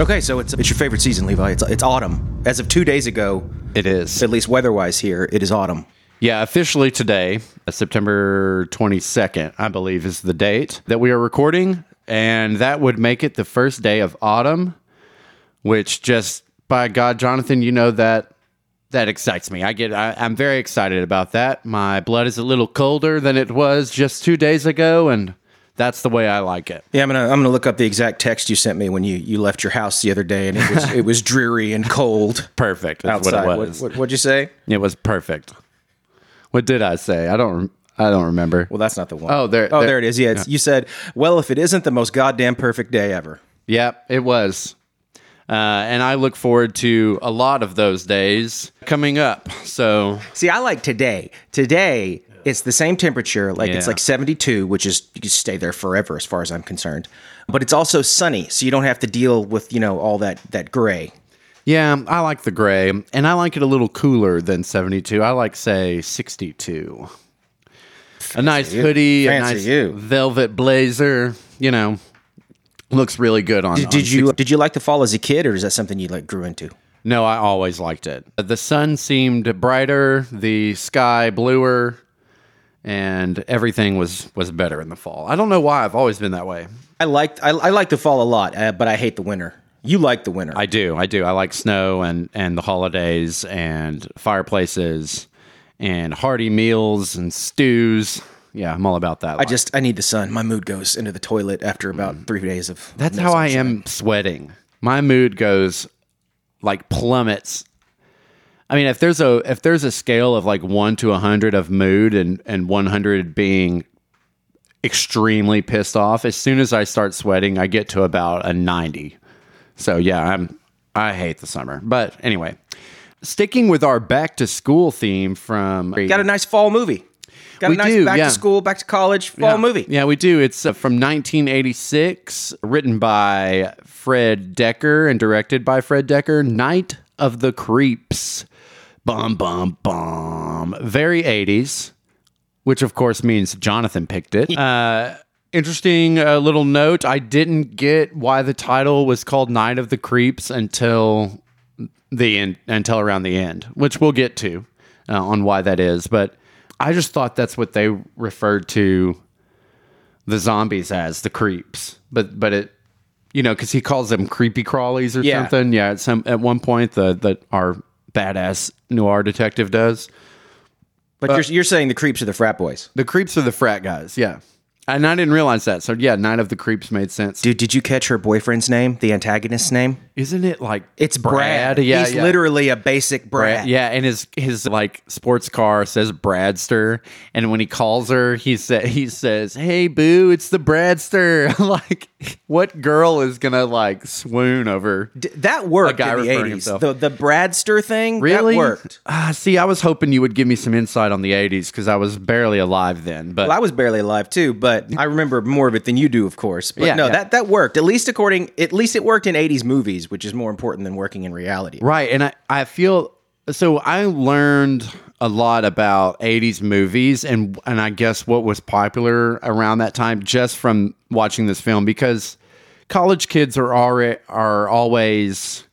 Okay, so it's it's your favorite season, Levi. It's it's autumn. As of two days ago, It is. at least weather-wise here, it is autumn. Yeah, officially today, uh, September 22nd, I believe, is the date that we are recording. And that would make it the first day of autumn, which just by God, Jonathan, you know that that excites me. I get, I, I'm very excited about that. My blood is a little colder than it was just two days ago. And that's the way I like it. Yeah, I'm gonna I'm gonna look up the exact text you sent me when you, you left your house the other day, and it was it was dreary and cold Perfect. That's outside. what it What, was. would you say? it was perfect. What did I say? I don't, rem- I don't remember. Well, that's not the one. Oh, there- oh, there- there, it is. Yeah, it's, you said, well, if it isn't the most goddamn perfect day ever. Yep, it was. Uh, and I look forward to a lot of those days coming up. So, See, I like today. Today, it's the same temperature. Like it's Yeah. like 72, which is you can stay there forever, as far as I'm concerned. But it's also sunny, so you don't have to deal with you know all that that gray. yeah, I like the gray and I like it a little cooler than 72. I like, say, 62. a nice hoodie, a Fancy nice you. velvet blazer, you know, looks really good on. on Did you uh, did you like the fall as a kid, or is that something you like grew into? No, I always liked it. Uh, The sun seemed brighter, the sky bluer, and everything was was better in the fall. I don't know why I've always been that way. I liked I, I like the fall a lot, uh, but I hate the winter. You like the winter. I do. I do. I like snow and and the holidays and fireplaces and hearty meals and stews. Yeah, I'm all about that. I just I need the sun. My mood goes into the toilet after about three days of. Mm. That's how I am sweating. My mood goes like plummets. I mean, if there's a if there's a scale of like 1 to 100 of mood and and 100 being extremely pissed off, as soon as I start sweating, I get to about a 90. So yeah, I'm I hate the summer. But anyway, sticking with our back to school theme from got a nice fall movie. Got We a nice do, back yeah. to school, back to college fall yeah. movie. Yeah, we do. It's uh, from 1986, written by Fred Decker and directed by Fred Decker. Night of the Creeps. Bum, bum, bum. Very 80s, which of course means Jonathan picked it. Uh, interesting uh, little note I didn't get why the title was called Night of the Creeps until the end until around the end, which we'll get to uh, on why that is. But I just thought that's what they referred to the zombies as the creeps, but but it you know because he calls them creepy crawlies or Yeah. something. Yeah, at some at one point the that our badass noir detective does But you're, you're saying the creeps are the frat boys. the creeps are the frat guys. Yeah, and I didn't realize that. So yeah, Night of the Creeps made sense. Dude, did you catch her boyfriend's name? The antagonist's name? Isn't it like It's Brad. Yeah, he's yeah. literally a basic Brad. Brad- Yeah, and his his like sports car says Bradster, and when he calls her, he said he says, "Hey, boo, it's the Bradster." like, what girl is gonna like swoon over? D- that worked guy in the referring 80s. himself. The the Bradster thing Really? that worked. Ah, see, I was hoping you would give me some insight on the '80s because I was barely alive then. But Well, I was barely alive too, but I remember more of it than you do, of course. But Yeah, no, yeah. that that worked. At least according, at least it worked in '80s movies, which is more important than working in reality. Right. And I, I feel so I learned a lot about 80s movies and and I guess what was popular around that time just from watching this film because college kids are already are always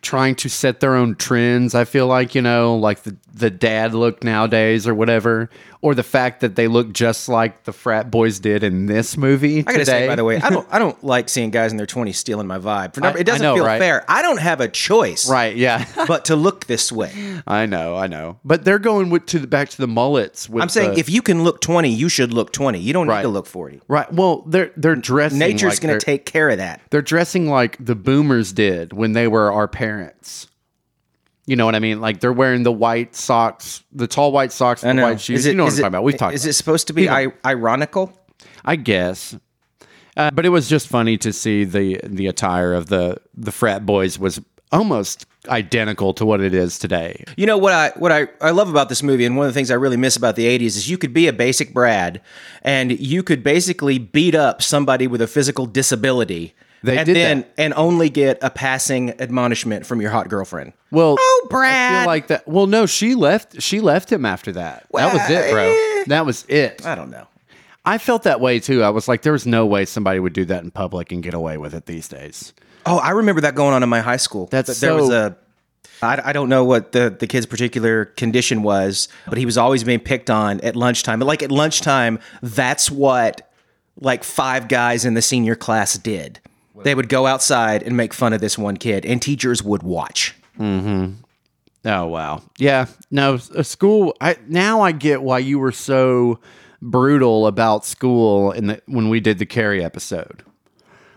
trying to set their own trends. I feel like, you know, like the the dad look nowadays or whatever or the fact that they look just like the frat boys did in this movie I gotta today. say, by the way, I don't I don't like seeing guys in their 20s stealing my vibe. For number, I it doesn't know, feel right? fair. I don't have a choice, Right, yeah. But to look this way, I know, I know. But they're going with, to the back to the mullets with I'm saying the- if you can look 20, you should look 20. You don't Right. need to look 40. Right. Well, they're they're dressing. Nature's like gonna they're- take care of that. They're dressing like the boomers did when they were our parents. You know what I mean? Like they're wearing the white socks, the tall white socks, and the white shoes. you know what I'm is talking about. We've talked. Is about it supposed to be I- ironical? I guess. Uh, but it was just funny to see the the attire of the the frat boys was almost identical to what it is today. You know what I what I, I love about this movie, and one of the things I really miss about the '80s is you could be a basic Brad, and you could basically beat up somebody with a physical disability, They and did then and only get a passing admonishment from your hot girlfriend. Well, Oh, I Brad. feel like that. Well, no, she left. She left him after that. that was it, bro. That was it. I don't know. I felt that way too. I was like, there was no way somebody would do that in public and get away with it these days. Oh, I remember that going on in my high school. That's Th- there was so- a. I, I don't know what the, the kid's particular condition was, but he was always being picked on at lunchtime. But like at lunchtime, that's what like five guys in the senior class did. They would go outside and make fun of this one kid, and teachers would watch. Oh wow. Yeah. No, s- uh, school I now I get why you were so brutal about school in the when we did the Carrie episode.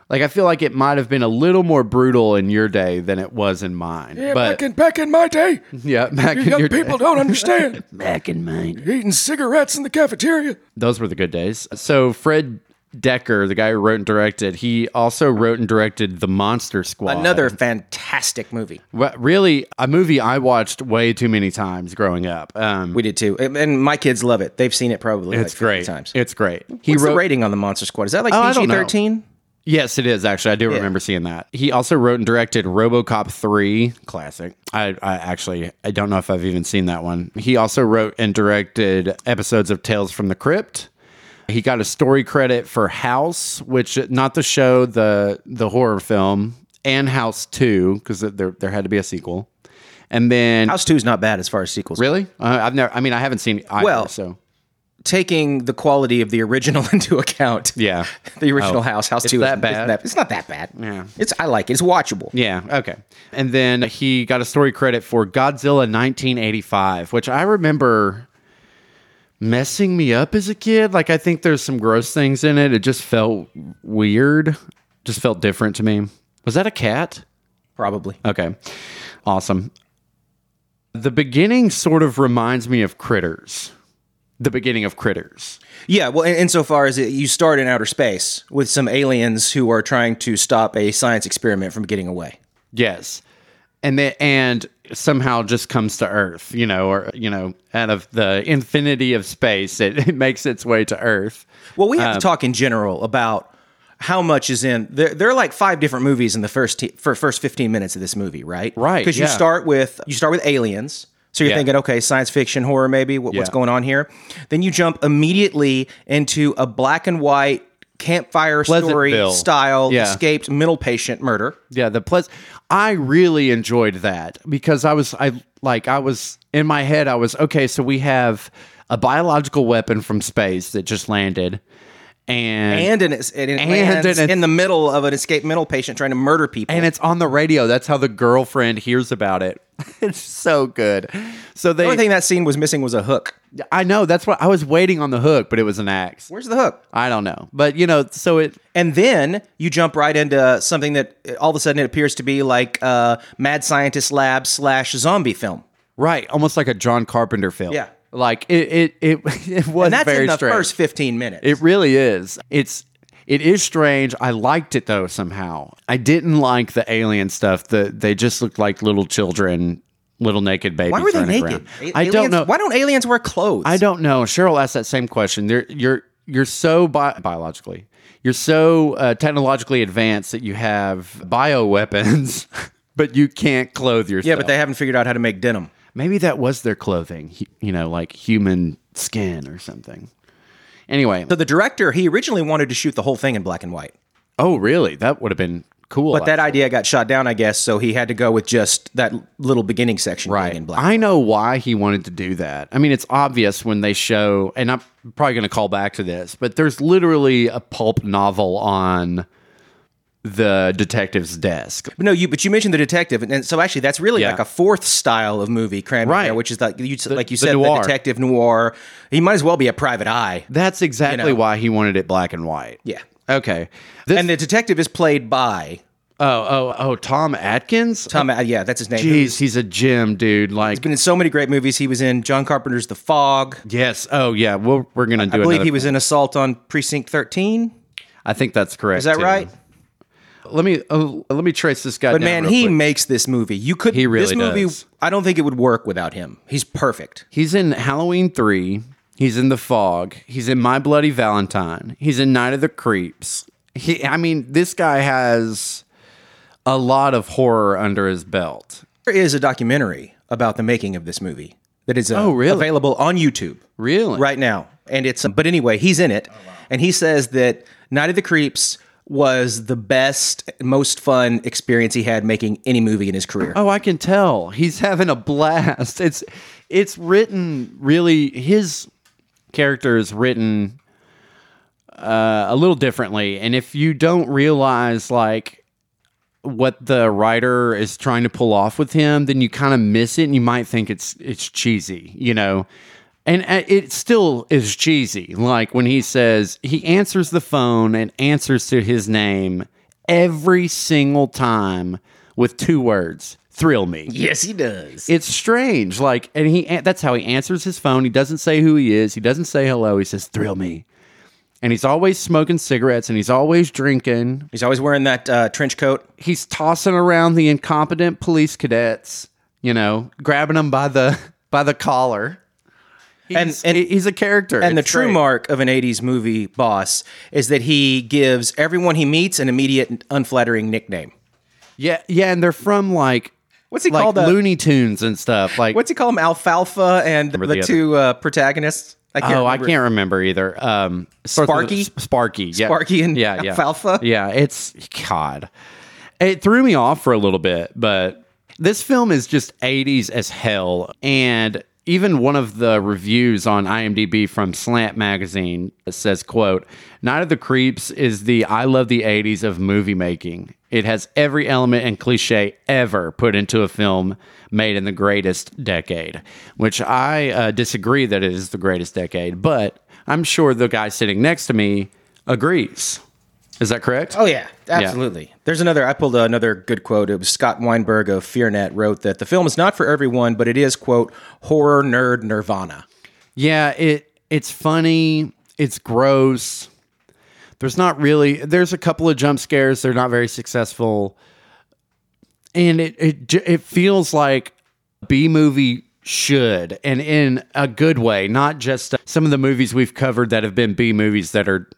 Like I feel like it might have been a little more brutal in your day than it was in mine. but back in back in my day, yeah, back in young your people don't understand. back in mine. Eating cigarettes in the cafeteria. Those were the good days. So Fred Decker, the guy who wrote and directed, he also wrote and directed The Monster Squad. Another fantastic movie. Wha- really a movie I watched way too many times growing up. Um We did too, and and my kids love it. They've seen it probably like it's 50 great. times. It's great. He What's the wrote rating on the Monster Squad? Is that like Oh, I PG don't know. thirteen? Yes, it is actually. I do remember seeing that. He also wrote and directed RoboCop 3, classic. I, I actually I don't know if I've even seen that one. He also wrote and directed episodes of Tales from the Crypt. He got a story credit for House, which not the show, the the horror film, and House 2 because there there had to be a sequel. And then House Two is not bad as far as sequels. really? Uh, I've never I mean I haven't seen either, Well- so Taking the quality of the original into account. yeah. Oh. The original House, House Two, that isn't- isn't bad? that- it's not that bad. Yeah, it's I like it. It's watchable. Yeah. Okay. And then he got a story credit for Godzilla 1985, which I remember messing me up as a kid. Like, I think there's some gross things in it. It just felt weird, just felt different to me. Was that a cat? Probably. Okay. Awesome. The beginning sort of reminds me of Critters. The beginning of Critters. Yeah. Well, in, insofar as it, you start in outer space with some aliens who are trying to stop a science experiment from getting away. Yes. And then and somehow just comes to Earth, you know, or you know, out of the infinity of space, it, it makes its way to Earth. Well, we Um, have to talk in general about how much is in there. There are like five different movies in the first t- for first fifteen minutes of this movie, right? Right, Because yeah. you start with you start with aliens. So you're Yeah. thinking, okay, science fiction, horror, maybe what, what's Yeah. going on here? Then you jump immediately into a black and white campfire story Pleasantville. style Yeah. escaped middle patient murder. Yeah, the plus I really enjoyed that because I was I like I was in my head I was okay, so we have a biological weapon from space that just landed and And in it, and it Mm. And lands in it- in the middle of an escaped mental patient trying to murder people. and it's on the radio. That's how the girlfriend hears about it. It's so good. So the they only thing that scene was missing was a hook. I know that's what I was waiting on the hook, but it was an axe. Where's the hook? I don't know. But you know, so it And then you jump right into something that uh, all of a sudden it appears to be like uh, mad scientist lab slash zombie film. right, almost like a John Carpenter film. Yeah. Like it it it, it was And that's very in the strange. first 15 minutes. it really is. It's it is strange. I liked it though somehow. I didn't like the alien stuff. The they just looked like little children, little naked babies. why were they running naked? around. A- I don't aliens- know. Why don't aliens wear clothes? I don't know. Cheryl asked that same question. There, you're you're so bi- biologically, you're so uh, technologically advanced that you have bioweapons, but you can't clothe yourself. yeah, but they haven't figured out how to make denim. maybe that was their clothing. hu- You know, like human skin or something. Anyway, So the director, he originally wanted to shoot the whole thing in black and white. oh really? That would have been cool. But that idea got shot down, I guess, so he had to go with just that little beginning section being in black. I know why he wanted to do that. I mean, it's obvious when they show, and I'm probably going to call back to this, but there's literally a pulp novel on the detective's desk. But no, you but you mentioned the detective, and, and so actually that's really Yeah. like a fourth style of movie crammed in Right. there, which is like you like you said, noir. the detective noir. He might as well be a private eye. That's exactly know. why he wanted it black and white. Yeah. Okay. This, And the detective is played by oh, oh, oh, Tom Atkins? Tom. uh, yeah, that's his name. Jeez, he's a gem, dude. Like, Been in so many great movies. He was in John Carpenter's The Fog. yes. Oh, yeah. We'll, we're going to do I believe another- he was in Assault on Precinct 13. I think that's correct. Is that too. right? Let me oh, let me trace this guy But down man, real he quick. makes this movie. You could He really this movie. does. I don't think it would work without him. He's perfect. He's in Halloween 3. He's in The Fog. He's in My Bloody Valentine. He's in Night of the Creeps. He, I mean, this guy has a lot of horror under his belt. There is a documentary about the making of this movie that is uh, Oh, really? available on YouTube. Really? Oh, Right now. And it's, but anyway, he's in it. And he says that Night of the Creeps was the best, most fun experience he had making any movie in his career. Oh, I can tell. He's having a blast. It's it's written really his character is written uh, a little differently. And if you don't realize like what the writer is trying to pull off with him, then you kind of miss it and you might think it's it's cheesy, you know. And uh, it still is cheesy. Like when he says he answers the phone and answers to his name every single time with two words. Thrill me. Yes, he does. It's strange. Like, and he that's how he answers his phone. He doesn't say who he is. He doesn't say hello. He says, "Thrill me." And he's always smoking cigarettes, and he's always drinking. He's always wearing that uh, trench coat. He's tossing around the incompetent police cadets. You know, grabbing them by the by the collar. He's, and- he's a character. And It's the true great. mark of an 80s movie boss is that he gives everyone he meets an immediate, unflattering nickname. yeah, yeah, and they're from like What's he like called? uh, Looney Tunes and stuff. Like, what's he call him? Alfalfa and the, the other- two uh, protagonists. I can't oh, I remember. can't remember either. Um, starts with Sparky? a- Sp- Sparky, yeah. Sparky and yeah, yeah. Alfalfa? Yeah, it's God. It threw me off for a little bit, but this film is just '80s as hell. And even one of the reviews on IMDb from Slant Magazine says, "quote Night of the Creeps is the I love the '80s of movie making." It has every element and cliche ever put into a film made in the greatest decade, which I uh, disagree that it is the greatest decade, but I'm sure the guy sitting next to me agrees. Is that correct? Oh yeah, absolutely. There's another. I pulled another good quote. It was Scott Weinberg of FearNet wrote that the film is not for everyone, but it is quote horror nerd nirvana. Yeah, it it's funny, it's gross. There's not really there's a couple of jump scares, they're not very successful. And it it j- it feels like B movie should and in a good way, not just uh, some of the movies we've covered that have been B movies that are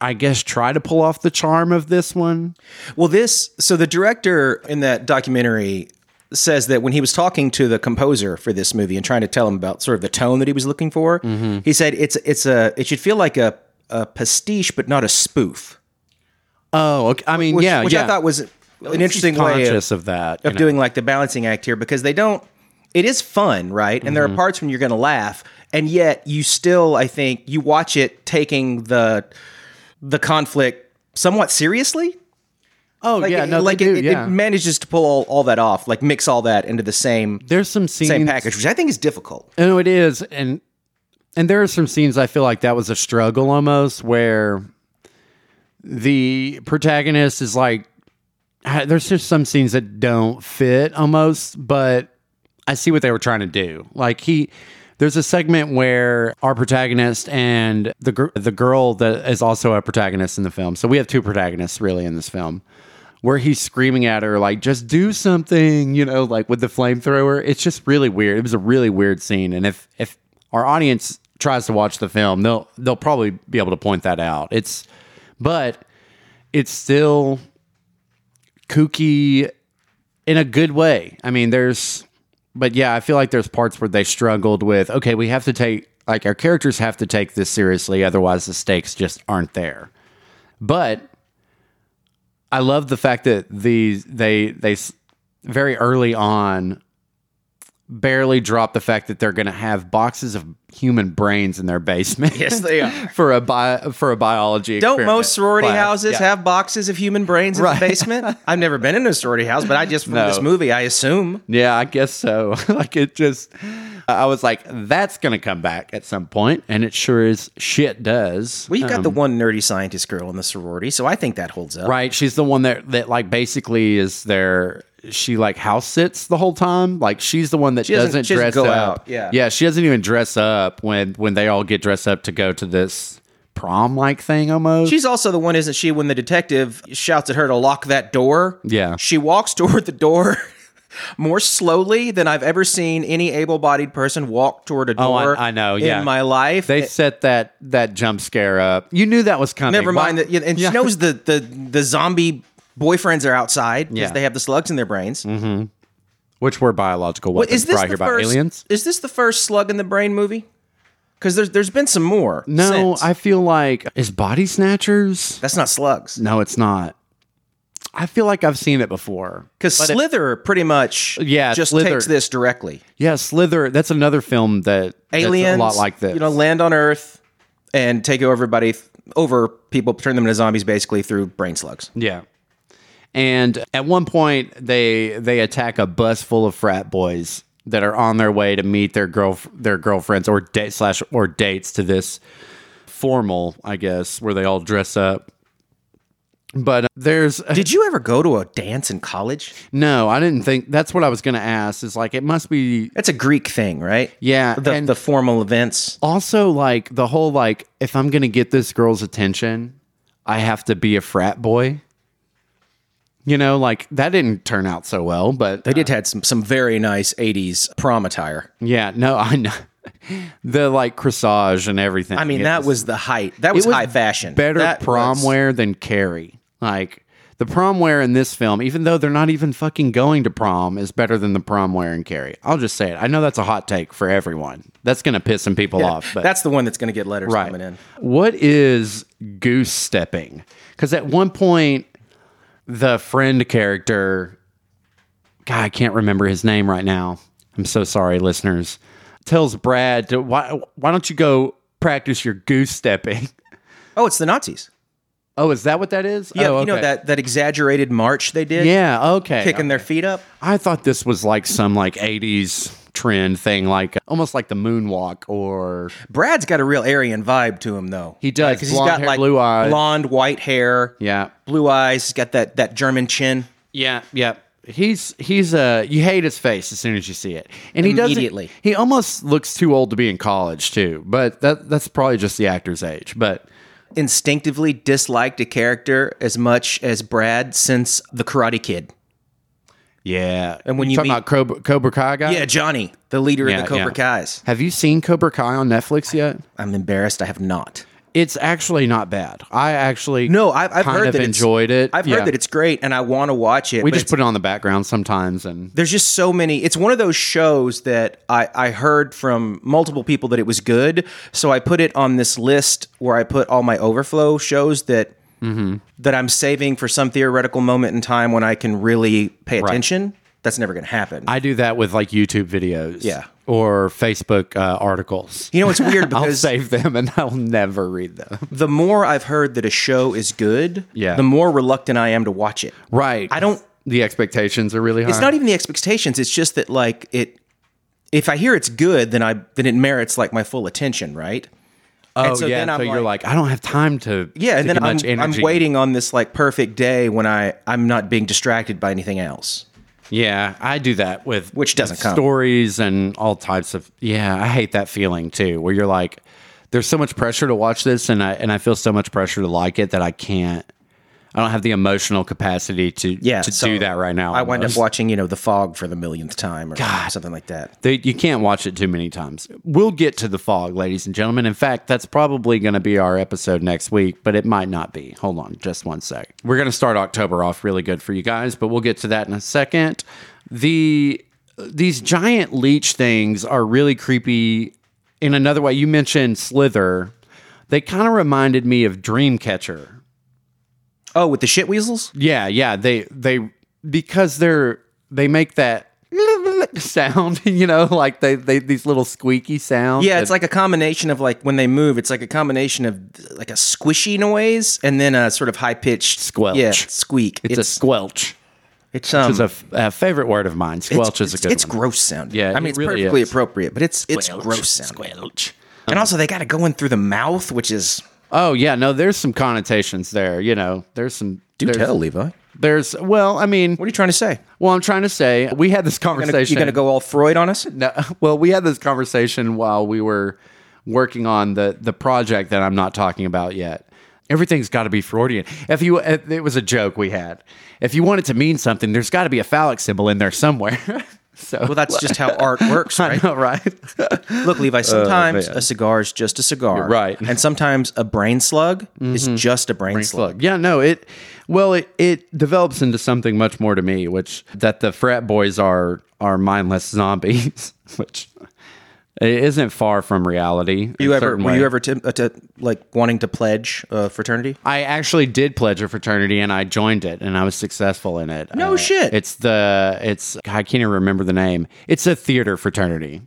I guess try to pull off the charm of this one. Well, this so the director in that documentary says that when he was talking to the composer for this movie and trying to tell him about sort of the tone that he was looking for, Mm-hmm. he said it's it's a it should feel like a a pastiche but not a spoof. Oh, okay. I mean, Which, yeah, which yeah. I thought was an interesting way of, conscious of, that. you of know. doing like the balancing act here because they don't it is fun right and there Mm-hmm. are parts when you're going to laugh and yet you still i think you watch it taking the the conflict somewhat seriously oh, like, yeah, it, no, like they do, it, yeah. it manages to pull all, all that off like mix all that into the same There's some scenes same package which i think is difficult No, it is, and and there are some scenes I feel like that was a struggle almost, where the protagonist is like, ha- there's just some scenes that don't fit almost, but I see what they were trying to do. Like he, there's a segment where our protagonist and the gr- the girl that is also a protagonist in the film. So we have two protagonists really in this film. Where he's screaming at her like, "Just do something," you know, like with the flamethrower. It's just really weird. It was a really weird scene, and if if our audience tries to watch the film, they'll they'll probably be able to point that out. It's, but it's still kooky in a good way. I mean, there's, but yeah, I feel like there's parts where they struggled with, okay, we have to take, like, our characters have to take this seriously. Otherwise, the stakes just aren't there. But I love the fact that these, they, they s- very early on barely drop the fact that they're going to have boxes of human brains in their basement. Yes, they are. for a bi- for a biology. don't experiment most sorority class. houses Yeah. have boxes of human brains in the basement i've never been in a sorority house but i just from No. this movie i assume Yeah, I guess so. like it just, I was like, that's gonna come back at some point, and it sure as shit does. well you've got the one nerdy scientist girl in the sorority so i think that holds up Um, right? She's the one that that like basically is there. She like house sits the whole time. Like she's the one that doesn't- doesn't, she doesn't dress go up. out, yeah. yeah. She doesn't even dress up when when they all get dressed up to go to this prom like thing almost. She's also the one, isn't she, when the detective shouts at her to lock that door? Yeah. She walks toward the door more slowly than I've ever seen any able bodied person walk toward a Oh, I- door I know, yeah. in my life. they set that that jump scare up. You knew that was coming. Never mind Why- that. And she knows the, the, the zombie boyfriends are outside because Yeah. they have the slugs in their brains. which were biological But weapons is this brought the here by first, aliens. Is this the first slug in the brain movie? Because there's there's been some more. No, since. I feel like is Body Snatchers. that's not slugs. No, it's not. I feel like I've seen it before. Because Slither pretty much Yeah, just Slither. takes this directly. Yeah, Slither. That's another film that that's Aliens, a lot like this. You know, land on Earth and take over everybody th- over people, turn them into zombies basically through brain slugs. Yeah. And at one point they they attack a bus full of frat boys that are on their way to meet their girl their girlfriends or date slash or dates to this formal, I guess, where they all dress up. But uh, there's Did you ever go to a dance in college? no, I didn't think that's what I was going to ask. Is like it must be That's a Greek thing, right? Yeah, The, and- the formal events. also like the whole like if I'm gonna get this girl's attention, I have to be a frat boy. You know, like that didn't turn out so well, but They did had some some very nice 80s prom attire. yeah, no, I know the like corsage and everything. I mean, It that was the height. That was, it was high fashion. better That prom was- wear than Carrie. Like the prom wear in this film, even though they're not even fucking going to prom, is better than the prom wear in Carrie. I'll just say it. I know that's a hot take for everyone. That's gonna piss some people off. But That's the one that's going to get letters Right. coming in. What is goose stepping? Because at one point, the friend character, God, I can't remember his name right now. I'm so sorry, listeners. Tells Brad, to, why, why don't you go practice your goose stepping? Oh, it's the Nazis. Oh, is that what that is? Yeah, oh, you know okay. that that exaggerated march they did, Yeah, okay. kicking their feet up. I thought this was like some like 80s trend thing, like almost like the moonwalk or Brad's got a real Aryan vibe to him, though. He does. because Blonde he's got hair, like blue eyes. blonde, white hair, yeah. blue eyes. He's got that that German chin. Yeah, yeah. He's he's uh you hate his face as soon as you see it. And he doesn't Immediately. he almost looks too old to be in college too. But that that's probably just the actor's age. But Instinctively disliked a character as much as Brad since the Karate Kid. yeah. And when you talking meet- about Cobra, Cobra Kai guy? Yeah, Johnny, the leader Yeah, of the Cobra yeah. Kai's. Have you seen Cobra Kai on Netflix yet? I'm embarrassed. I have not. It's actually not bad. I actually No, I've, I've kind heard of that it's- enjoyed it. I've Yeah. heard that it's great, and I want to watch it. we but just it's- put it on the background sometimes and there's just so many. It's one of those shows that I, I heard from multiple people that it was good, so I put it on this list where I put all my overflow shows that Mm-hmm. that I'm saving for some theoretical moment in time when I can really pay attention. That's never going to happen. I do that with like YouTube videos. Yeah. Or Facebook uh, articles. you know, it's weird I'll because save them and I'll never read them. the more I've heard that a show is good, Yeah. the more reluctant I am to watch it. Right. I don't The expectations are really high. it's not even the expectations it's just that like it if i hear it's good then i then it merits like my full attention right oh and so yeah. then I'm so you're like- like, I don't have time to. yeah and to then get much I'm, I'm energy. waiting on this like perfect day when i i'm not being distracted by anything else Yeah, I do that with Which doesn't come. stories and all types of. Yeah, I hate that feeling too, where you're like, there's so much pressure to watch this, and I and I feel so much pressure to like it that I can't. I don't have the emotional capacity to yeah to so do that right now. i wind up almost. watching you know the fog for the millionth time or something like that They, you can't watch it too many times. We'll get to the fog, ladies and gentlemen. In fact, that's probably going to be our episode next week, but it might not be. Hold on just one sec. We're going to start October off really good for you guys, but we'll get to that in a second. The these giant leech things are really creepy in another way. You mentioned Slither. They kind of reminded me of Dreamcatcher oh with the shit weasels yeah, yeah. They they because they're they make that sound, you know, like they they these little squeaky sounds. yeah it's like a combination of like when they move it's like a combination of like a squishy noise and then a sort of high-pitched Squelch. yeah squeak it's, a squelch. it's um It's a, f- a favorite word of mine. it's, Squelch is a good it's one. gross sounding. Yeah, I mean it it's really perfectly is. appropriate, but it's it's gross sounding. And also they got to go in through the mouth, which is Oh yeah, no, there's some connotations there. You know, there's some. there's, Levi. There's well, I mean, What are you trying to say? well, I'm trying to say we had this You're gonna, conversation. you gonna go all Freud on us? No, well, we had this conversation while we were working on the the project that I'm not talking about yet. Everything's got to be Freudian. If you, if it was a joke we had. If you want it to mean something, there's got to be a phallic symbol in there somewhere. so, Well, that's just how art works, right? all right. Look, Levi. Sometimes a cigar is just a cigar, Uh, right. Mm-hmm. And sometimes a brain slug is just a brain, slug. Look, yeah, no, it. Well, it it develops into something much more to me, which that the frat boys are are mindless zombies, which It isn't far from reality. You ever were you ever t- uh, t- like wanting to pledge a fraternity? I actually did pledge a fraternity and I joined it and I was successful in it. Uh, No shit. It's the it's I can't even remember the name. It's a theater fraternity.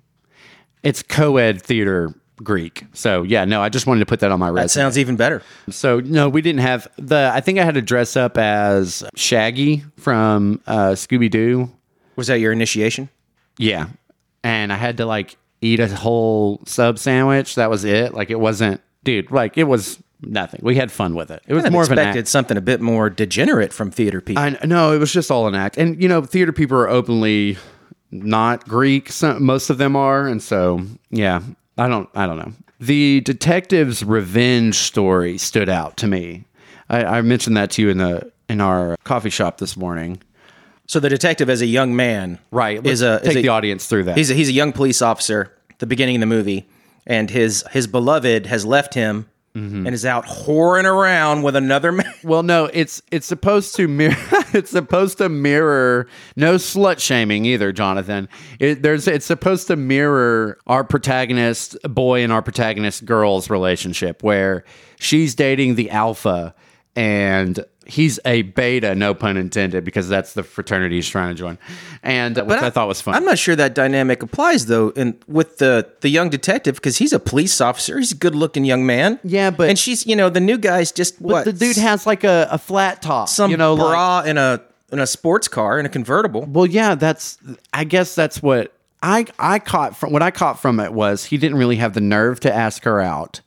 It's co-ed theater Greek. So yeah, no, I just wanted to put that on my That resume. sounds even better. So no, we didn't have the I think I had to dress up as Shaggy from uh, Scooby Doo. Was that your initiation? Yeah. And I had to like eat a whole sub sandwich. That was it. Like it wasn't dude, like it was nothing. We had fun with it. It was I more of an expected act. something a bit more degenerate from theater people. I no, it was just all an act. And you know, theater people are openly not Greek. Some, most of them are, and so yeah, I don't, I don't know. The detective's revenge story stood out to me. I, I mentioned that to you in the in our coffee shop this morning. so the detective, as a young man, Right, is a let's take is a- the audience through that. He's a, he's a young police officer. The beginning of the movie, and his his beloved has left him and is out whoring around with another man. Well, no, it's it's supposed to mirror. it's supposed to mirror. No slut shaming either, Jonathan. It, there's it's supposed to mirror our protagonist boy and our protagonist girl's relationship, where she's dating the alpha and he's a beta. No pun intended, because that's the fraternity he's trying to join, and uh, which I, thought was fun. I'm not sure that dynamic applies though, in with the the young detective because he's a police officer. He's a good looking young man. Yeah, but- and she's you know the new guy's just what the dude has like a, a flat top, some you know, like- bra in a in a sports car in a convertible. Well, yeah, that's. I guess that's what I I caught from what I caught from it was he didn't really have the nerve to ask her out,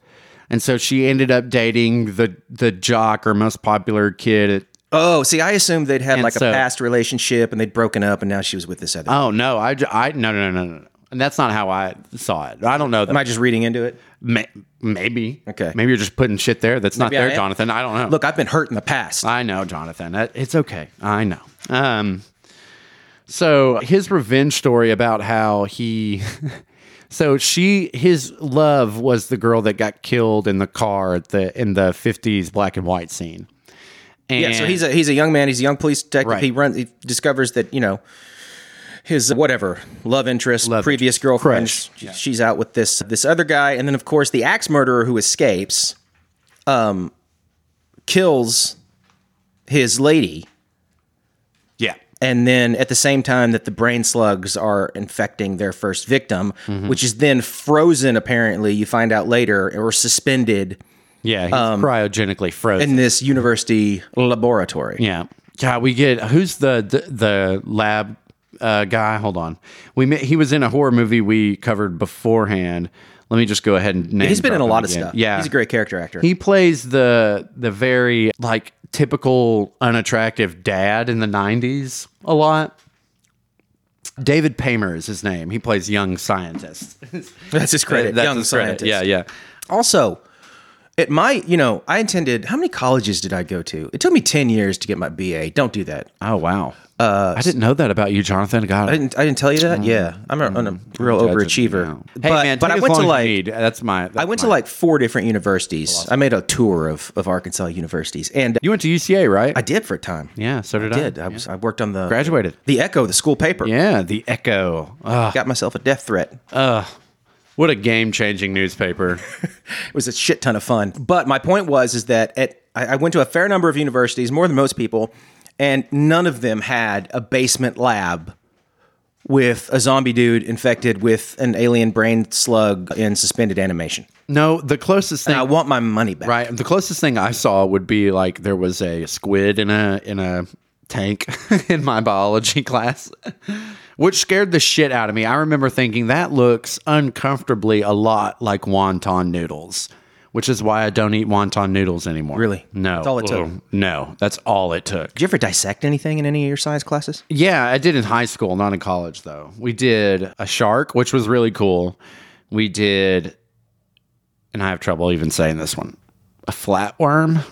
and so she ended up dating the the jock or most popular kid. At, Oh, see, I assumed they'd had like so- a past relationship and they'd broken up, and now she was with this other. oh no, I j- I- no no no no no. And that's not how I saw it. I don't know. That. Am I just reading into it? May- maybe. Okay. Maybe you're just putting shit there that's not Maybe I there, am. Jonathan. I don't know. Look, I've been hurt in the past. I know, Jonathan. That- It's okay. I know. Um, so his revenge story about how he, so she, his love was the girl that got killed in the car at the in the fifties black and white scene. And yeah, so he's a he's a young man. He's a young police detective. Right. He runs. He discovers that you know his uh, whatever love interest, previous girlfriend, Crush. sh- she's out with this this other guy, and then of course the axe murderer who escapes, um, kills his lady, yeah. and then at the same time that the brain slugs are infecting their first victim, Mm-hmm. which is then frozen. Apparently, you find out later, or suspended Yeah, he's Um, cryogenically frozen. in this university laboratory. Yeah. Yeah, we get who's the the, the lab uh, guy? Hold on. We met, he was in a horror movie we covered beforehand. Let me just go ahead and name He's been in a drop him lot of again. stuff. Yeah. he's a great character actor. He plays the the very like typical unattractive dad in the 90s a lot. David Paymer is his name. He plays young scientist. That's his credit. Uh, That's Young his credit. scientist. Yeah, yeah. Also, at my, you know, I intended. How many colleges did I go to? It took me ten years to get my BA. Don't do that. Oh wow. Uh, I didn't know that about you, Jonathan. God, I didn't. I didn't tell you Mm. that. yeah, I'm a, I'm a real overachiever. Hey but man, but take I as went long to as you like. need. that's my. I went to like four different universities. I made a tour of, of Arkansas universities, and You went to UCA, right? I did for a time. yeah, so did I. I did. I was. I worked on the Graduated. the Echo, the school paper. Yeah, the Echo. Ugh. Got myself a death threat. what a game-changing newspaper. It was a shit ton of fun. But my point was is that at I I went to a fair number of universities, more than most people, and none of them had a basement lab with a zombie dude infected with an alien brain slug in suspended animation. no, the closest thing I want my money back. Right. The closest thing I saw would be like there was a squid in a in a tank in my biology class, which scared the shit out of me. I remember thinking that looks uncomfortably a lot like wonton noodles, which is why I don't eat wonton noodles anymore. Really? No. That's all it took. Ugh, No, that's all it took. Did you ever dissect anything in any of your science classes? Yeah, I did in high school, not in college though. We did a shark, which was really cool. We did, and I have trouble even saying this one, a flatworm.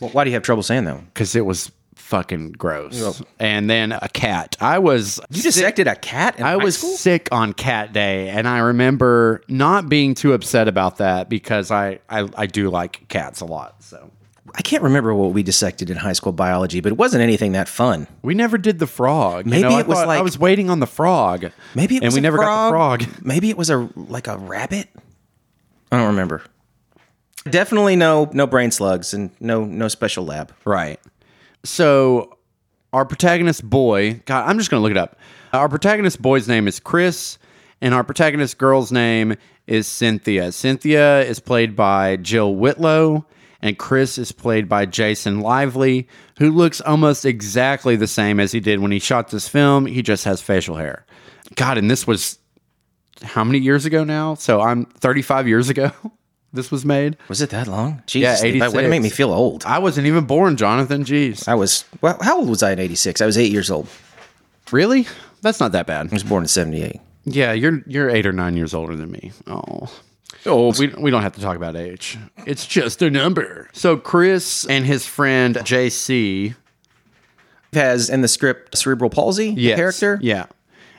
Well, why do you have trouble saying that one? because it was fucking gross. And then a cat. I was You dissected a cat in I high was school? sick on cat day, and I remember not being too upset about that because I I, I do like cats a lot. So I can't remember what we dissected in high school biology, but it wasn't anything that fun. We never did the frog. You Maybe know, I it was thought- I like- was waiting on the frog. Maybe it and was we a never got the frog. Maybe it was a like a rabbit. I don't remember. Definitely no no brain slugs and no no special lab. Right. So our protagonist boy, God, I'm just going to look it up. Our protagonist boy's name is Chris, and our protagonist girl's name is Cynthia. Cynthia is played by Jill Whitlow, and Chris is played by Jason Lively, who looks almost exactly the same as he did when he shot this film. He just has facial hair. God, and this was how many years ago now? So I'm 35 years ago. This was made. Was it that long? Jesus, Yeah, that would 86. make me feel old. I wasn't even born, Jonathan. Jeez. I was well. How old was I in '86? I was eight years old. I Really? That's not that bad. was born in '78. Yeah, you're you're eight or nine years older than me. Oh. Oh, we, we don't have to talk about age. It's just a number. So Chris and his friend JC, Has in the script cerebral palsy the yes, character. yeah,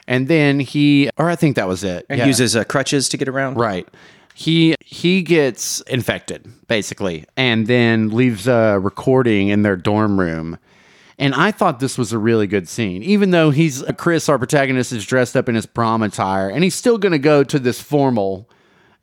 and then he, or I think that was it. And yeah. uses uh, crutches to get around. Right. He he gets infected basically, and then leaves a recording in their dorm room. And I thought this was a really good scene, even though he's Chris, our protagonist, is dressed up in his prom attire, and he's still going to go to this formal,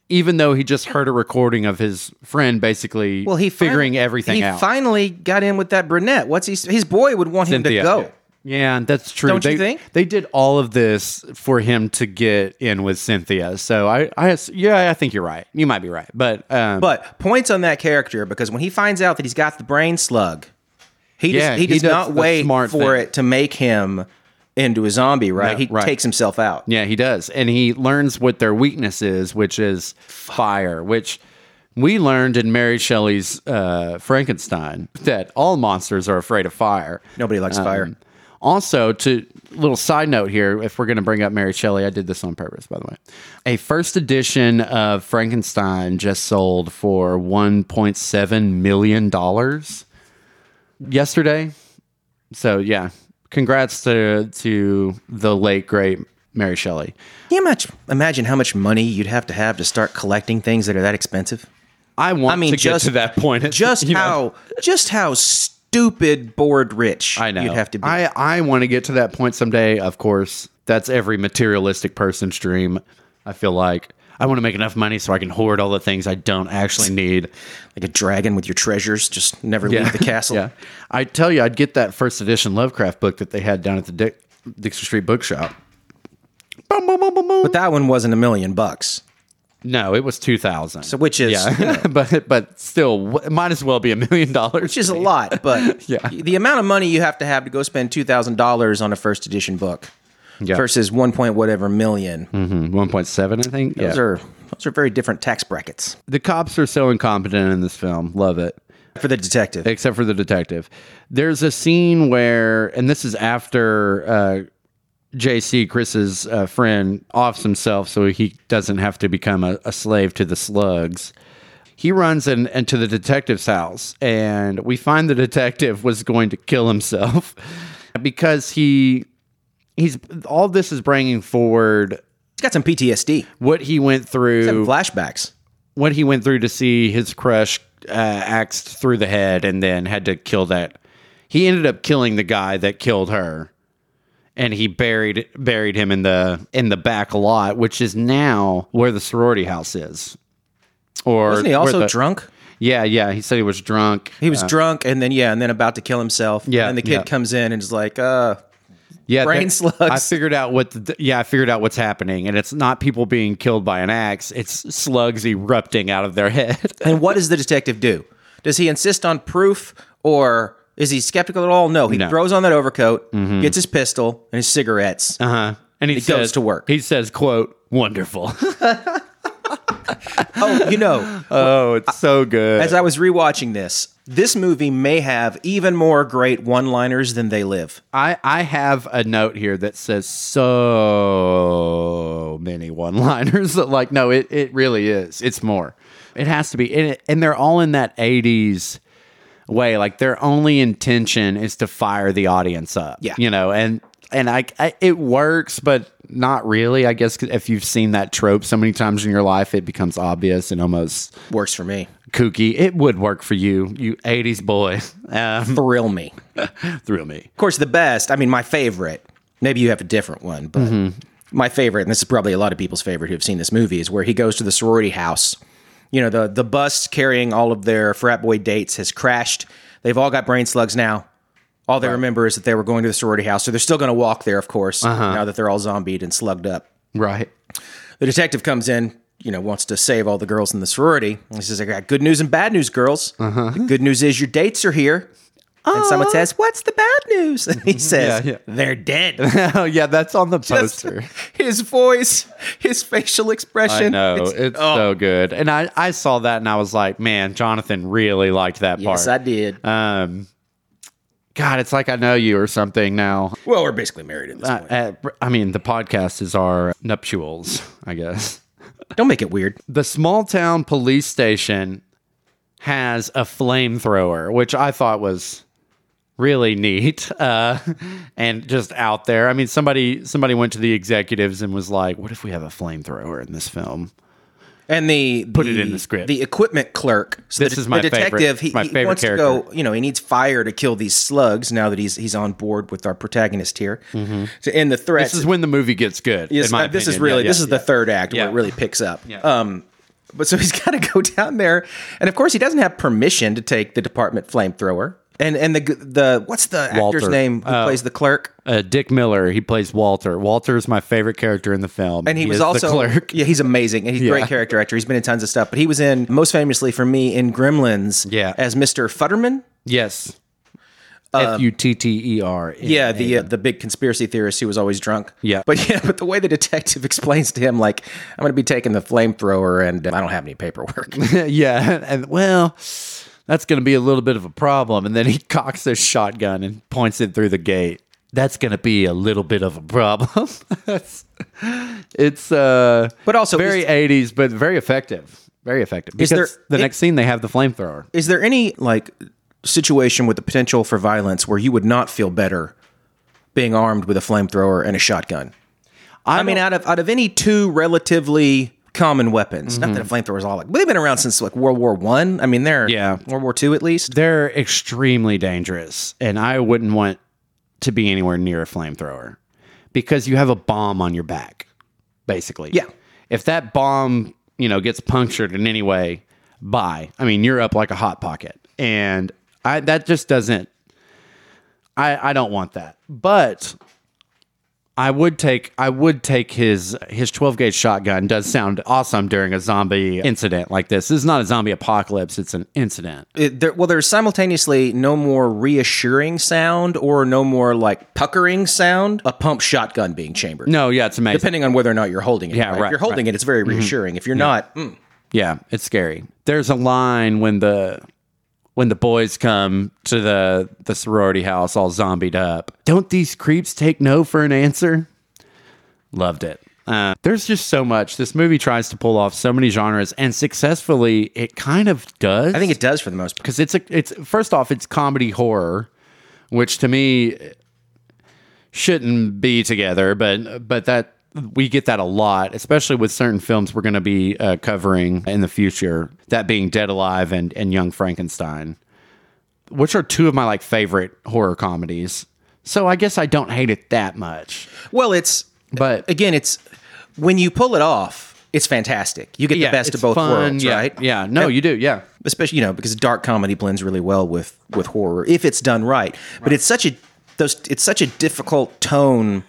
even though he just heard a recording of his friend basically. Well, he fin- figuring everything he out. finally got in with that brunette. What's he? His boy would want him Cynthia. to go. Yeah, that's true. Don't they, you think? they did all of this for him to get in with Cynthia? So I, I, yeah, I think you're right. You might be right, but um, But points on that character because when he finds out that he's got the brain slug, he Yeah, does, he he does does not the wait for smart thing. it to make him into a zombie. Right? Yeah, he right. takes himself out. Yeah, he does. And he learns what their weakness is, which is fire, which we learned in Mary Shelley's uh, Frankenstein that all monsters are afraid of fire. Nobody Um, likes fire. Also, to little side note here, if we're going to bring up Mary Shelley, I did this on purpose, by the way. A first edition of Frankenstein just sold for 1.7 million dollars yesterday. So yeah, congrats to to the late great Mary Shelley. Can you much imagine how much money you'd have to have to start collecting things that are that expensive? I want I mean, to just get to that point. Just you know? how just how stupid, bored, rich I know you'd have to be. I I want to get to that point someday. Of course, that's every materialistic person's dream. I feel like I want to make enough money so I can hoard all the things I don't actually need. like a dragon with your treasures, just never leave the castle. Yeah, I tell you, I'd get that first edition Lovecraft book that they had down at the Dick, Dixon Street Bookshop. Boom, boom, boom, boom, boom. But that one wasn't a million bucks. No, it was two thousand. So which is, yeah, you but but still, w- it might as well be a million dollars. Which is a lot, but Yeah. the amount of money you have to have to go spend two thousand dollars on a first edition book Yeah. Mm-hmm. versus one point whatever 1000000 one point seven, I think. Those are those are very different tax brackets the cops are so incompetent in this film. Love it. for the detective. except for the detective. There's a scene where, and this is after uh, JC, Chris's uh, friend, offs himself so he doesn't have to become a, a slave to the slugs. He runs in, into the detective's house, and we find the detective was going to kill himself because he he's all this is bringing forward He's got some PTSD, what he went some through flashbacks. what he went through to see his crush uh, axed through the head and then had to kill that. He ended up killing the guy that killed her, and he buried buried him in the in the back lot, which is now where the sorority house is. Or Wasn't he where also the- drunk? Yeah, yeah. He said he was drunk. He was drunk, and then yeah, and then about to kill himself. Yeah, and the kid yeah. comes in and is like, "Uh, Yeah, Brain that- slugs. I figured out what. The, yeah, I figured out what's happening, and it's not people being killed by an axe. It's slugs erupting out of their head. And what does the detective do? Does he insist on proof or is he skeptical at all? No, he No. Mm-hmm. throws on that overcoat, gets his pistol and his cigarettes. Uh-huh. And he, It goes says- to work. He says, "quote Wonderful." Oh, you know, oh, it's so good. as I was rewatching this, this movie may have even more great one-liners than They Live. I, I have a note here that says so many one liners that like no it, it really is it's more it has to be and, it, and they're all in that 80s way like their only intention is to fire the audience up Yeah. you know and and I, I it works but not really. I guess 'cause if you've seen that trope so many times in your life, it becomes obvious and almost Works for me. kooky. It would work for you, you 80s boy. Um, Thrill me. thrill me. Of course, the best, I mean, my favorite, maybe you have a different one, but my favorite, and this is probably a lot of people's favorite who've seen this movie, is where he goes to the sorority house. You know, the, the bus carrying all of their frat boy dates has crashed. They've all got brain slugs now. All they remember is that they were going to the sorority house. So they're still going to walk there, of course, now that they're all zombied and slugged up. Right. The detective comes in, you know, wants to save all the girls in the sorority. He says, I got good news and bad news, girls. Uh-huh. The good news is your dates are here. And someone says, What's the bad news? And he says, Oh. Yeah, yeah. They're dead. Oh, yeah, that's on the poster. his voice, his facial expression. I know. It's, It's- oh, so good. And I, I saw that and I was like, man, Jonathan really liked that part. Yes, I did. Um, God, it's like I know you or something now. well, we're basically married at this Uh, point. uh, I mean, the podcast is our nuptials, I guess. Don't make it weird. The small town police station has a flamethrower, which I thought was really neat uh, and just out there. I mean, somebody somebody went to the executives and was like, "What if we have a flamethrower in this film?" And the put it in the script. The equipment clerk. So This the, is my the favorite- detective. He, my he favorite wants to go. character. You know, he needs fire to kill these slugs. Now that he's he's on board with our protagonist here to end the threat. Mm-hmm. This is when the movie gets good. Yes, in my uh, this is opinion. really Yeah, this yeah, is the third act where Yeah. it really picks up. Um, but so he's got to go down there, and of course he doesn't have permission to take the department flamethrower. And and the the what's the Walter. Oh. actor's name who plays the clerk? uh, Dick Miller. He plays Walter. Walter is my favorite character in the film, And he, was is the also clerk. yeah, he's amazing and he's a Yeah. great character actor. He's been in tons of stuff, but he was in most famously for me in Gremlins Yeah. as Mr. Futterman. Yes, F U T T E R. Um, Yeah, the uh, the big conspiracy theorist who was always drunk. Yeah. but yeah, but the way the detective explains to him, like, I'm going to be taking the flamethrower, and uh, I don't have any paperwork. yeah, and well, that's going to be a little bit of a problem. And then he cocks his shotgun and points it through the gate. That's going to be a little bit of a problem. That's- it's uh, But also, very '80s, but very effective. Very effective. Because Is there- the it- next scene they have the flamethrower. is there any like situation with the potential for violence where you would not feel better being armed with a flamethrower and a shotgun? I, mean, out of out of any two relatively common weapons, not Mm-hmm. that a flamethrower is all like but they've been around since like World War One. I. mean, they're Yeah. World War Two at least. They're extremely dangerous, and I wouldn't want to be anywhere near a flamethrower because you have a bomb on your back, basically. Yeah. If that bomb, you know, gets punctured in any way, bye. I mean, you're up like a hot pocket, and I that just doesn't. I I don't want that, but. I would take I would take his his 12 gauge shotgun does sound awesome during a zombie incident like this. This is not a zombie apocalypse, it's an incident. It- there, well, there's simultaneously no more reassuring sound or no more like puckering sound. A pump shotgun being chambered, No, yeah, it's amazing. depending on whether or not you're holding it. If Yeah, right, Mm-hmm. you're holding it, it's very reassuring. If you're not, mm, Yeah, it's scary. There's a line when the when the boys come to the the sorority house all zombied up. Don't these creeps take no for an answer? Loved it. Uh, there's just so much. This movie tries to pull off so many genres, and successfully, it kind of does. I think it does for the most part. because it's a it's first off, it's comedy horror, which to me shouldn't be together, but but that we get that a lot, especially with certain films we're going to be uh, covering in the future. That being Dead Alive and and Young Frankenstein, which are two of my like favorite horror comedies. So I guess I don't hate it that much, Well, it's but again, it's when you pull it off, it's fantastic. You get yeah, the best of it's both fun, worlds, yeah, right? Yeah, no, you do, yeah. Especially you know because dark comedy blends really well with with horror if it's done right. But it's such a those it's such a difficult tone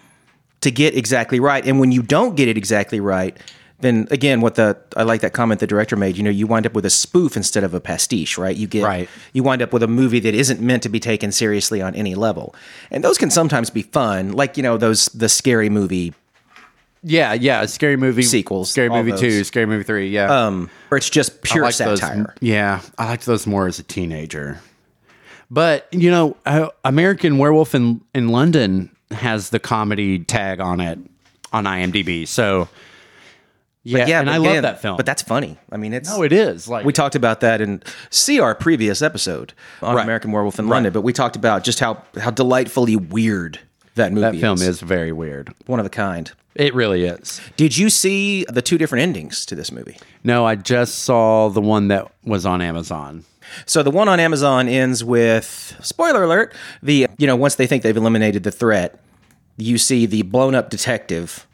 to get exactly right, and when you don't get it exactly right. Then again, what the I like that comment the director made. You know, you wind up with a spoof instead of a pastiche, right? You get Right. you wind up with a movie that isn't meant to be taken seriously on any level, and those can sometimes be fun, like you know those the scary movie Yeah, yeah, scary movie Sequels, scary all movie those. two, scary movie three. Yeah, or it's just pure liked those- satire. yeah, I liked those more as a teenager. But you know, uh, American Werewolf in in London has the comedy tag on it on IMDb. So yeah, and but I again, love that film. But that's funny. I mean, it's no, it is like we talked about that in see our previous episode on American Werewolf in London. But we talked about just how how delightfully weird that movie that film is. is very weird. One of a kind. It really is. Did you see the two different endings to this movie? No, I just saw the one that was on Amazon. So the one on Amazon ends with spoiler alert, the you know, once they think they've eliminated the threat, you see the blown up detective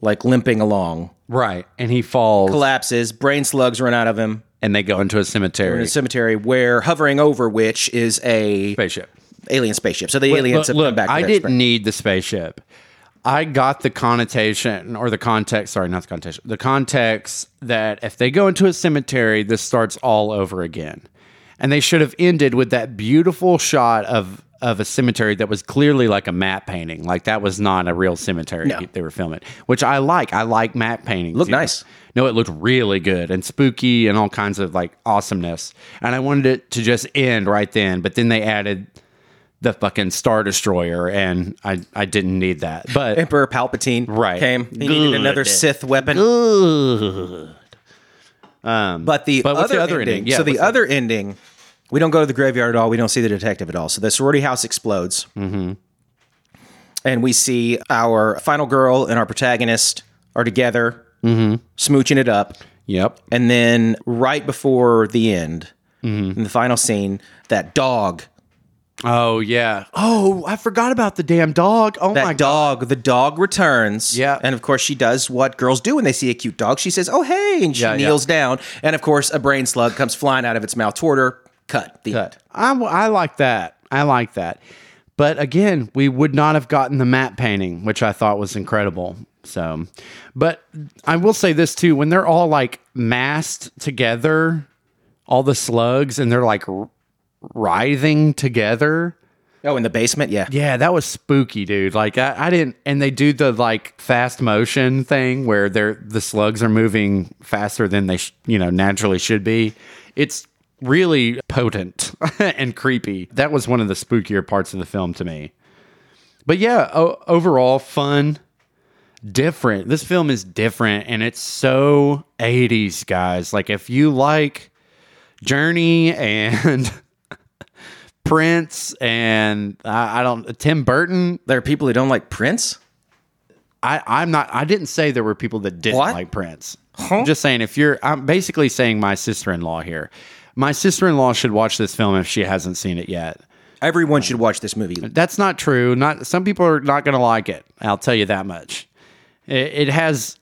like limping along, Right. And he falls collapses, brain slugs run out of him and they go into a in cemetery. a cemetery where hovering over which is a Spaceship. alien spaceship. So the aliens Look, have look, come back. I with didn't X-Men. need the spaceship. I got the connotation or the context, sorry, not the context, the context that if they go into a cemetery, this starts all over again. And they should have ended with that beautiful shot of of a cemetery that was clearly like a matte painting. Like that was not a real cemetery they were filming, which I like. I like matte paintings. Look nice. No, it looked really good and spooky and all kinds of like awesomeness. And I wanted it to just end right then, but then they added the fucking Star Destroyer, and I, I didn't need that. But Emperor Palpatine Right. came. He needed another Sith weapon. but the But what's other, the other ending, ending? Yeah, so the what's the- other ending, we don't go to the graveyard at all. We don't see the detective at all. So the sorority house explodes, Mm-hmm. and we see our final girl and our protagonist are together, Mm-hmm. smooching it up, yep, and then right before the end, Mm-hmm. in the final scene, that dog, oh yeah, oh I forgot about the damn dog. Oh that my god, dog, the dog returns, Yeah. and of course she does what girls do when they see a cute dog. She says, "Oh hey," and she Yeah, yeah. kneels down, and of course a brain slug comes flying out of its mouth toward her. Cut. The end. I w- I like that. I like that. But again, we would not have gotten the matte painting, which I thought was incredible. So, but I will say this too: when they're all like massed together, all the slugs, and they're like r- writhing together. Oh, in the basement, yeah. Yeah, that was spooky, dude. Like I, I didn't, and they do the like fast motion thing where they're the slugs are moving faster than they sh- you know naturally should be. It's really potent and creepy. That was one of the spookier parts of the film to me. But yeah, o- overall fun, different. This film is different, and it's so '80s, guys. Like if you like Journey and. Prince and I, I don't Tim Burton. There are people who don't like Prince. I I'm not. I didn't say there were people that didn't What? like Prince. I'm just saying if you're, I'm basically saying my sister-in-law here. My sister-in-law should watch this film if she hasn't seen it yet. Everyone should watch this movie. That's not true. Not some people are not going to like it. I'll tell you that much. It, it has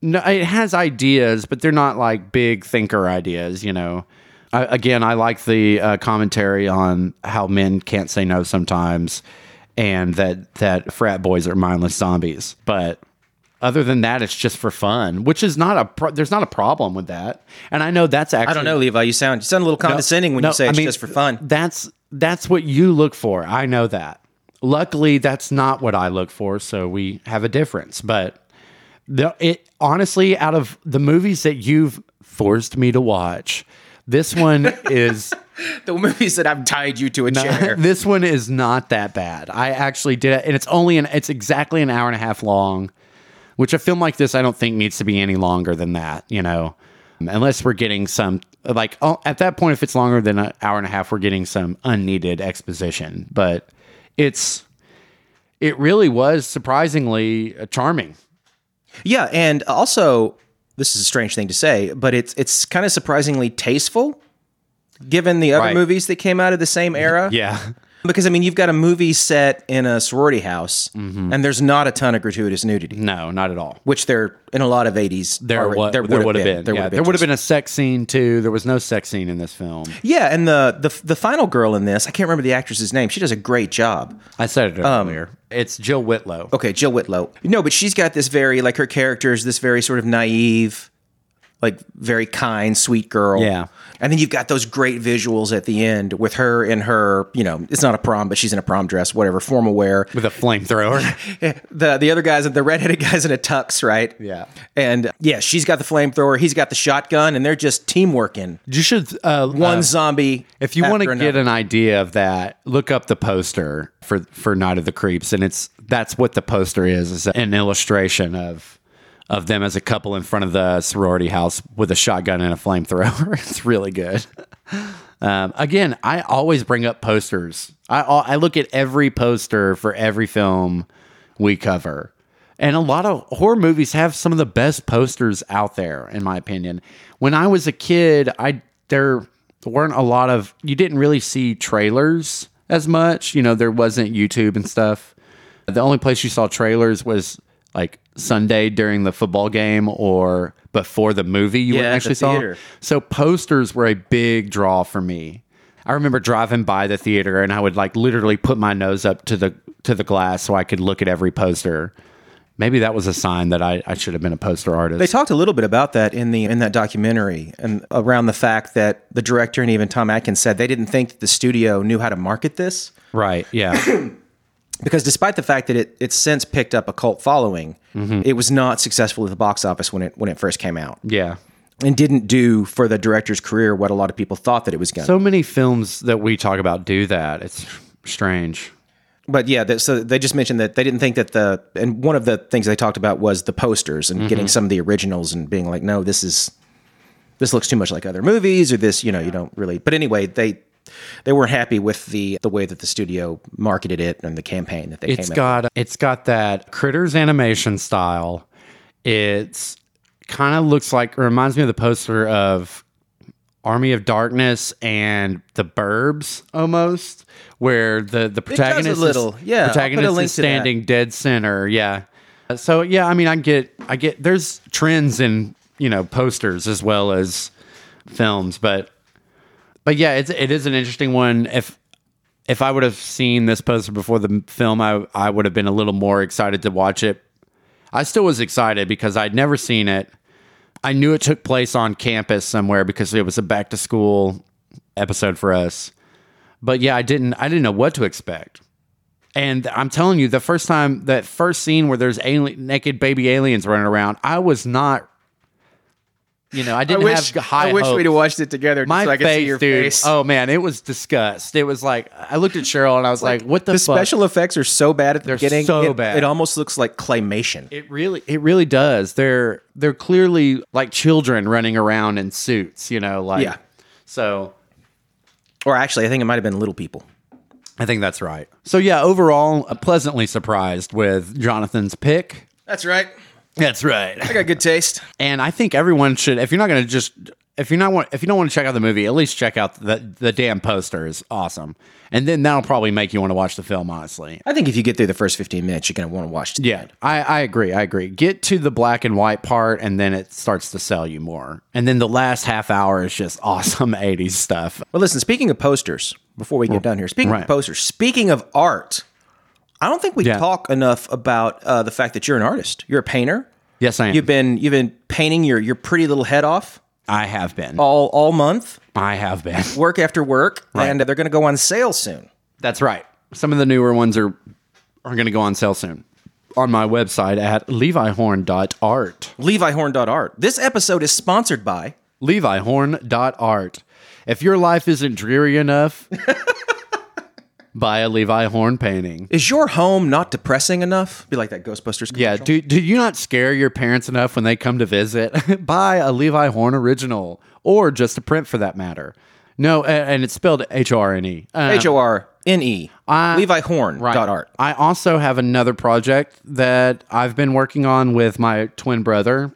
no, it has ideas, but they're not like big thinker ideas. You know, I, again, I like the uh, commentary on how men can't say no sometimes, and that that frat boys are mindless zombies. But other than that, it's just for fun, which is not a pro- there's not a problem with that. And I know that's actually I don't know, Levi. You sound you sound a little condescending when no, you say I it's mean, just for fun. That's that's what you look for. I know that. Luckily, that's not what I look for, so we have a difference. But the, it honestly, out of the movies that you've forced me to watch, this one is The movies that I've tied you to a chair. this one is not that bad. I actually did it, and it's only an it's exactly an hour and a half long, which a film like this I don't think needs to be any longer than that. You know, unless we're getting some like oh, at that point, if it's longer than an hour and a half, we're getting some unneeded exposition. But it's it really was surprisingly uh, charming. Yeah, and also this is a strange thing to say, but it's it's kind of surprisingly tasteful, given the other Right. movies that came out of the same era. Yeah. Because I mean, you've got a movie set in a sorority house, Mm-hmm. and there's not a ton of gratuitous nudity, No, not at all. which there in a lot of '80s There, are- wa- there, would've would have been. There yeah, would've there would have just- been a sex scene too. There was no sex scene in this film. Yeah, and the, the the final girl in this, I can't remember the actress's name. She does a great job. I said it earlier. it's Jill Whitlow. Okay, Jill Whitlow. No, but she's got this very like her character is this very sort of naive, like very kind, sweet girl. Yeah. And then you've got those great visuals at the end with her in her, you know, it's not a prom, but she's in a prom dress, whatever, formal wear. with a flamethrower. The the other guys, the redheaded guys in a tux, right? Yeah. And yeah, she's got the flamethrower, he's got the shotgun, and they're just teamworking. you should uh, One uh, zombie. if you want to after get another. an idea of that, look up the poster for for Night of the Creeps, and it's that's what the poster is is an illustration of of them as a couple in front of the sorority house with a shotgun and a flamethrower. it's really good. Um, again, I always bring up posters. I I look at every poster for every film we cover. And a lot of horror movies have some of the best posters out there, in my opinion. When I was a kid, I there weren't a lot of you didn't really see trailers as much. You know, there wasn't YouTube and stuff. The only place you saw trailers was like Sunday during the football game or before the movie you Yeah, went at the actually saw. theater. So posters were a big draw for me. I remember driving by the theater and I would like literally put my nose up to the to the glass so I could look at every poster. Maybe that was a sign that I, I should have been a poster artist. They talked a little bit about that in the in that documentary and around the fact that the director and even Tom Atkins said they didn't think that the studio knew how to market this right, yeah. because despite the fact that it it's since picked up a cult following, Mm-hmm. it was not successful at the box office when it when it first came out yeah. and didn't do for the director's career what a lot of people thought that it was going to. So many films that we talk about do that. It's strange. but yeah, that, so they just mentioned that they didn't think that the and one of the things they talked about was the posters and Mm-hmm. getting some of the originals and being like, no, this is this looks too much like other movies or this, you know, you don't really. But anyway, they they weren't happy with the the way that the studio marketed it and the campaign that they It's came out. got uh, it's got that critters animation style. It's kind of looks like reminds me of the poster of Army of Darkness and The Burbs almost, where the the protagonist is- little, yeah. I'll put a protagonist link is to that. standing dead center, yeah. Uh, So yeah, I mean, I get I get there's trends in you know posters as well as films, but but yeah, it's it is an interesting one. If if I would have seen this poster before the m- film, I I would have been a little more excited to watch it. I still was excited because I'd never seen it. I knew it took place on campus somewhere because it was a back to school episode for us. But yeah, I didn't I didn't know what to expect. And I'm telling you, the first time that first scene where there's alien, naked baby aliens running around, I was not you know, I didn't have high hopes watched it together. my face, dude. Oh man, it was disgust. It was like I looked at Cheryl and I was like, "What the, the fuck?" special effects are so bad at the They're beginning. so it, bad. It almost looks like claymation. It really, it really does. They're they're clearly like children running around in suits, you know. Like, Yeah. So or actually, I think it might have been little people. I think that's right. So yeah, overall, uh, pleasantly surprised with Jonathan's pick. That's right. That's right. I got good taste. And I think everyone should, if you're not going to just, if you're not want, if you don't want to check out the movie, at least check out the the damn poster is awesome, and then that'll probably make you want to watch the film. Honestly, I think if you get through the first 15 minutes, you're going to want to watch it. Yeah, I, I agree. I agree. Get to the black and white part, and then it starts to sell you more. And then the last half hour is just awesome 80s stuff. Well, listen, speaking of posters, before we get done here, speaking right. of posters, speaking of art, I don't think we Yeah. talk enough about uh, the fact that you're an artist. You're a painter. Yes, I am. You've been you've been painting your your pretty little head off I have been. all all month, I have been. work after work, and they're going to go on sale soon. That's right. Some of the newer ones are are going to go on sale soon on my website at levihorn.art. LeviHorn.art. This episode is sponsored by levihorn.art. If your life isn't dreary enough, buy a Levi Horn painting. Is your home not depressing enough? Be like that Ghostbusters. Commercial. Yeah, do, do you not scare your parents enough when they come to visit? Buy a Levi Horn original or just a print for that matter. No, a- and, it's spelled H R N E. Uh, H O R N E. LeviHorn.art. I also have another project that I've been working on with my twin brother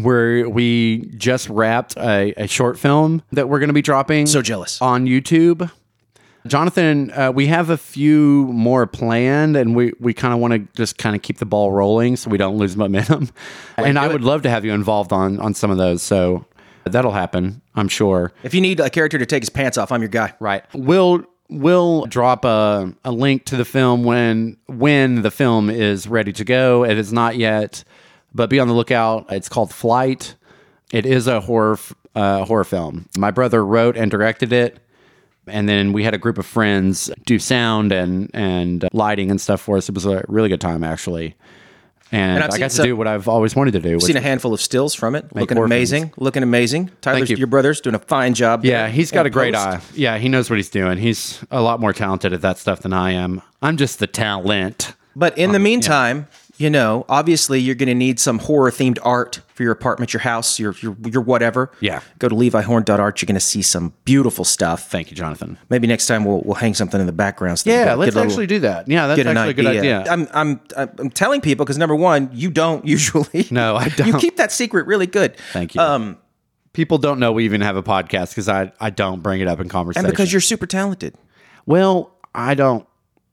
where we just wrapped a, a short film that we're going to be dropping. So jealous. On YouTube. Jonathan, uh, we have a few more planned, and we, we kind of want to just kind of keep the ball rolling so we don't lose momentum. and I would love to have you involved on on some of those, so that'll happen, I'm sure. If you need a character to take his pants off, I'm your guy. Right. We'll we'll drop a, a link to the film when when the film is ready to go. It is not yet, but be on the lookout. It's called Flight. It is a horror f- uh, horror film. My brother wrote and directed it. And then we had a group of friends do sound and and lighting and stuff for us. It was a really good time actually, and, I've I seen got to some- do what I've always wanted to do. which seen a handful of stills from it. Looking orphans. amazing. Looking amazing. Tyler's, you. your brother's doing a fine job. Yeah, there he's in got a great post. eye. Yeah, he knows what he's doing. He's a lot more talented at that stuff than I am. I'm just the talent. But in the meantime, you know, obviously you're going to need some horror themed art for your apartment, your house, your, your your whatever. Yeah. Go to levihorn.art. You're going to see some beautiful stuff. Thank you, Jonathan. Maybe next time we'll we'll hang something in the background. So Yeah, get a let's little- actually do that. Yeah, that's get an actually a good idea. I'm I'm I'm I'm telling people because number one, you don't usually. No, I You don't. keep that secret really good. Thank you. Um, People don't know we even have a podcast because I, I don't bring it up in conversation. And because you're super talented. Well, I don't.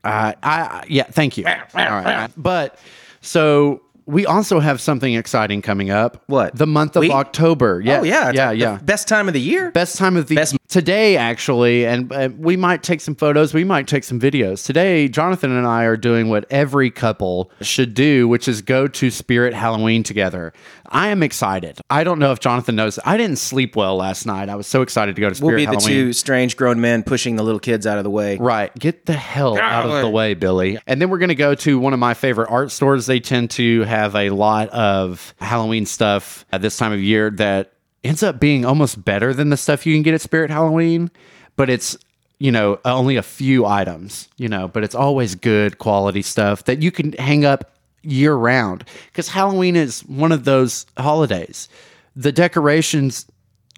I I yeah. Thank you. All right. But so we also have something exciting coming up. What? the month of We? October? Yeah, oh yeah, it's yeah, the yeah. Best time of the year. Best time of the Best- today actually, and uh, we might take some photos. We might take some videos today. Jonathan and I are doing what every couple should do, which is go to Spirit Halloween together. I am excited. I don't know if Jonathan knows. I didn't sleep well last night. I was so excited to go to Spirit We'll be the Halloween. two strange grown men pushing the little kids out of the way. Right. Get the hell out of away. the way, Billy. And then we're going to go to one of my favorite art stores. They tend to have a lot of Halloween stuff at this time of year that ends up being almost better than the stuff you can get at Spirit Halloween, but it's you know uh, only a few items, you know, but it's always good quality stuff that you can hang up year round cuz Halloween is one of those holidays. The decorations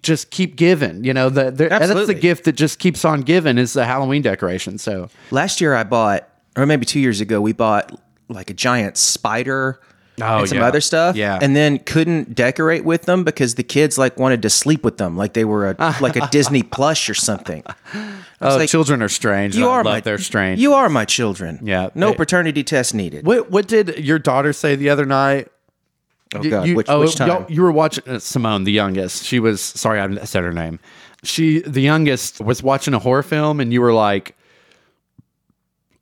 just keep giving, you know, the, the and that's the Absolutely. gift that just keeps on giving is the Halloween decoration. So Last year I bought, or maybe two years ago, we bought like a giant spider Oh, and some yeah. other stuff. Yeah. And then couldn't decorate with them because the kids like wanted to sleep with them, like they were a like a Disney plush or something. oh, like- children are strange. You I are love my their strange. You are my children. Yeah. No They- paternity test needed. what what did your daughter say the other night? oh God. which, which time? y'all- You were watching uh, Simone, the youngest. She was sorry, I said her name. She, the youngest, was watching a horror film, and you were like,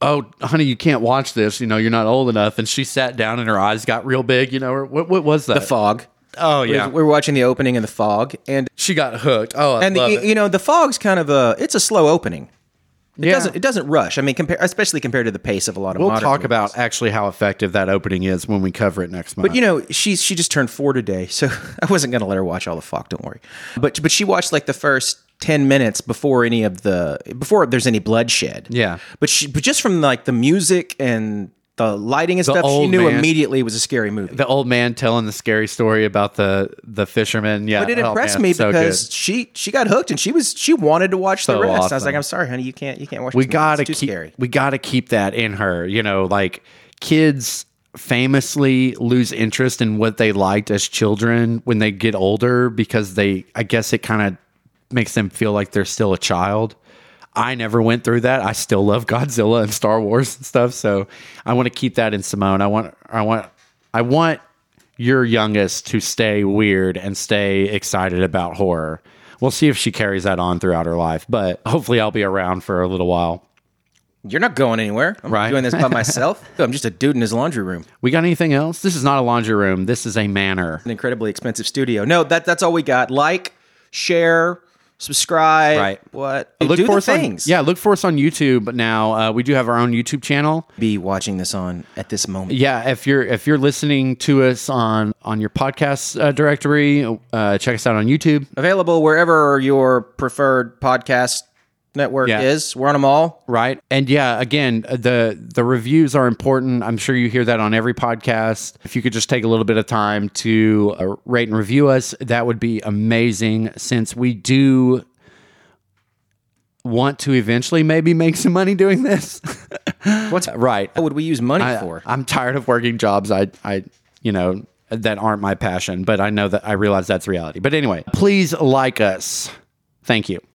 "Oh, honey, you can't watch this. You know, you're not old enough." And she sat down, and her eyes got real big. You know, or what what was that? the fog. oh yeah, We were watching the opening of the fog, and she got hooked. Oh, I and the, e, love you, it. you know the fog's kind of a it's a slow opening. It Yeah. doesn't it doesn't rush. I mean, compare especially compared to the pace of a lot of We'll modern talk movies. about actually how effective that opening is when we cover it next month. But you know, she's she just turned four today, so I wasn't gonna let her watch all the fuck. Don't worry. But but she watched like the first ten minutes before any of the before there's any bloodshed. Yeah. But she but just from like the music and the lighting and stuff, she old knew man. immediately it was a scary movie. the old man telling the scary story about the the fisherman. Yeah, but it oh, impressed man, me so because good. she she got hooked and she was she wanted to watch So the rest. I was awesome. like, I'm sorry, honey, you can't you can't watch. we this movie. gotta It's too keep scary. we gotta keep that in her. You know, like kids famously lose interest in what they liked as children when they get older because they I guess it kind of makes them feel like they're still a child. I never went through that. I still love Godzilla and Star Wars and stuff, so I want to keep that in Simone. I want I want I want your youngest to stay weird and stay excited about horror. We'll see if she carries that on throughout her life, but hopefully I'll be around for a little while. You're not going anywhere. I'm Right. doing this by myself. I'm just a dude in his laundry room. We got anything else? This is not a laundry room. This is a manor. an incredibly expensive studio. No, that that's all we got. Like, share, subscribe. Right. What? Look do for the us on- things. yeah, look for us on YouTube now. Uh, we do have our own YouTube channel. Be watching this on at this moment. Yeah, if you're if you're listening to us on on your podcast uh, directory, uh, check us out on YouTube. Available wherever your preferred podcast network Yeah. is. We're on them all. right and yeah again uh, the the reviews are important i'm sure you hear that on every podcast if you could just take a little bit of time to uh, rate and review us that would be amazing since we do want to eventually maybe make some money doing this What's right what would we use money I, for? i'm tired of working jobs i i you know that aren't my passion but i know that i realize that's reality but anyway please like us thank you